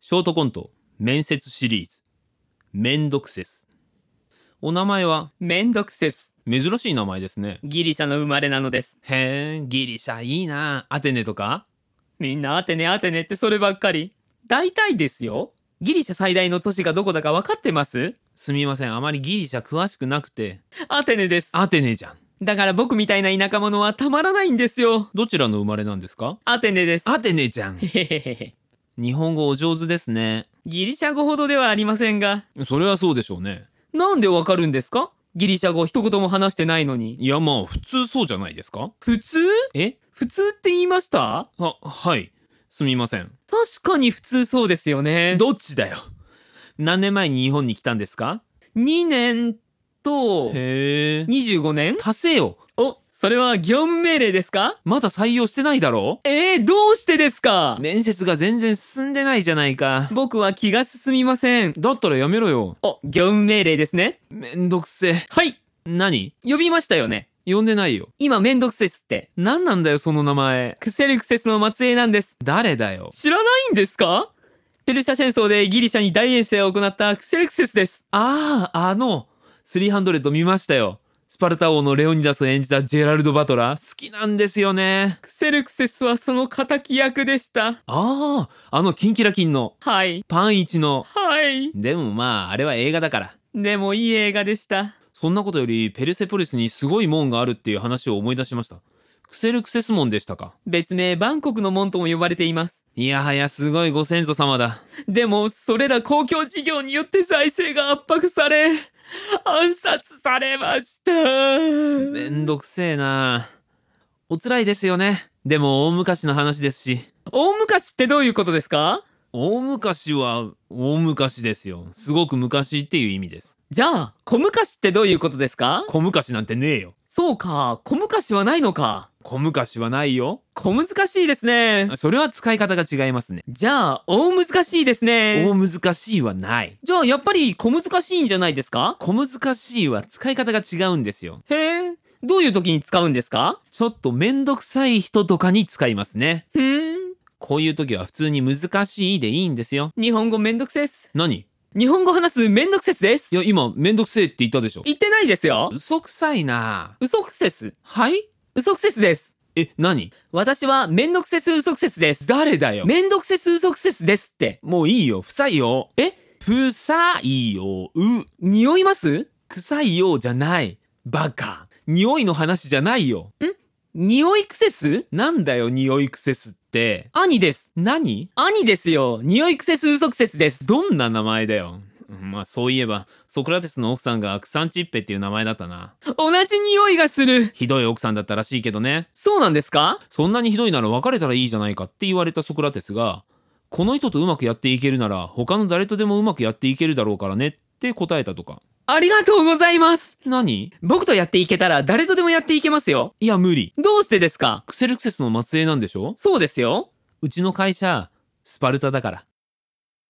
ショートコント面接シリーズめんどくせすお名前はメンドクセス珍しい名前ですねギリシャの生まれなのですへえギリシャいいなアテネとかみんなアテネアテネってそればっかり大体ですよギリシャ最大の都市がどこだか分かってますすみませんあまりギリシャ詳しくなくてアテネですアテネじゃんだから僕みたいな田舎者はたまらないんですよどちらの生まれなんですかアテネですアテネじゃんへへへへ日本語お上手ですねギリシャ語ほどではありませんがそれはそうでしょうねなんでわかるんですかギリシャ語一言も話してないのにいやまあ普通そうじゃないですか普通え普通って言いましたあはいすみません確かに普通そうですよねどっちだよ何年前に日本に来たんですか2年とへえ25年足せよおそれは業務命令ですかまだ採用してないだろえー、どうしてですか、面接が全然進んでないじゃないか僕は気が進みませんだったらやめろよお業務命令ですねめんどくせえはい何呼びましたよね呼んでないよ今めんどくせっすって何なんだよその名前クセルクセスの末裔なんです誰だよ知らないんですかペルシャ戦争でギリシャに大遠征を行ったクセルクセスですあああの300見ましたよスパルタ王のレオニダスを演じたジェラルド・バトラー好きなんですよねクセルクセスはその敵役でしたあああのキンキラキンのはいパンイチのはいでもまああれは映画だからでもいい映画でしたそんなことよりペルセポリスにすごい門があるっていう話を思い出しましたクセルクセス門でしたか別名バンコクの門とも呼ばれていますいやはやすごいご先祖様だでもそれら公共事業によって財政が圧迫され暗殺されましためんどくせえなおつらいですよねでも大昔の話ですし大昔ってどういうことですか大昔は大昔ですよすごく昔っていう意味ですじゃあ小昔ってどういうことですか小昔なんてねえよそうか小昔はないのか小昔はないよ小難しいですねそれは使い方が違いますねじゃあ大難しいですね大難しいはないじゃあやっぱり小難しいんじゃないですか小難しいは使い方が違うんですよへえどういう時に使うんですかちょっとめんどくさい人とかに使いますねふーんこういう時は普通に難しいでいいんですよ日本語めんどくせっす何日本語話すめんどくせっすですいや今めんどくせえって言ったでしょ言ってないですよ嘘くさいな嘘くせっすはい嘘くせっすですえ何私はめんどくせす嘘くせすです。誰だよめんどくせす嘘くせすですって。もういいよ不採用え不採用う匂います臭いようじゃないバカ匂いの話じゃないよ匂いくせすなんだよ匂い癖すって兄です。何兄ですよ。匂いくせす嘘くせすです。どんな名前だようんまあそういえばソクラテスの奥さんがクサンチッペっていう名前だったな同じ匂いがする。ひどい奥さんだったらしいけどねそうなんですかそんなにひどいなら別れたらいいじゃないかって言われたソクラテスがこの人とうまくやっていけるなら他の誰とでもうまくやっていけるだろうからねって答えたとかありがとうございます。何僕とやっていけたら誰とでもやっていけますよ。いや無理どうしてですかクセルクセスの末裔なんでしょそうですよ。うちの会社スパルタだから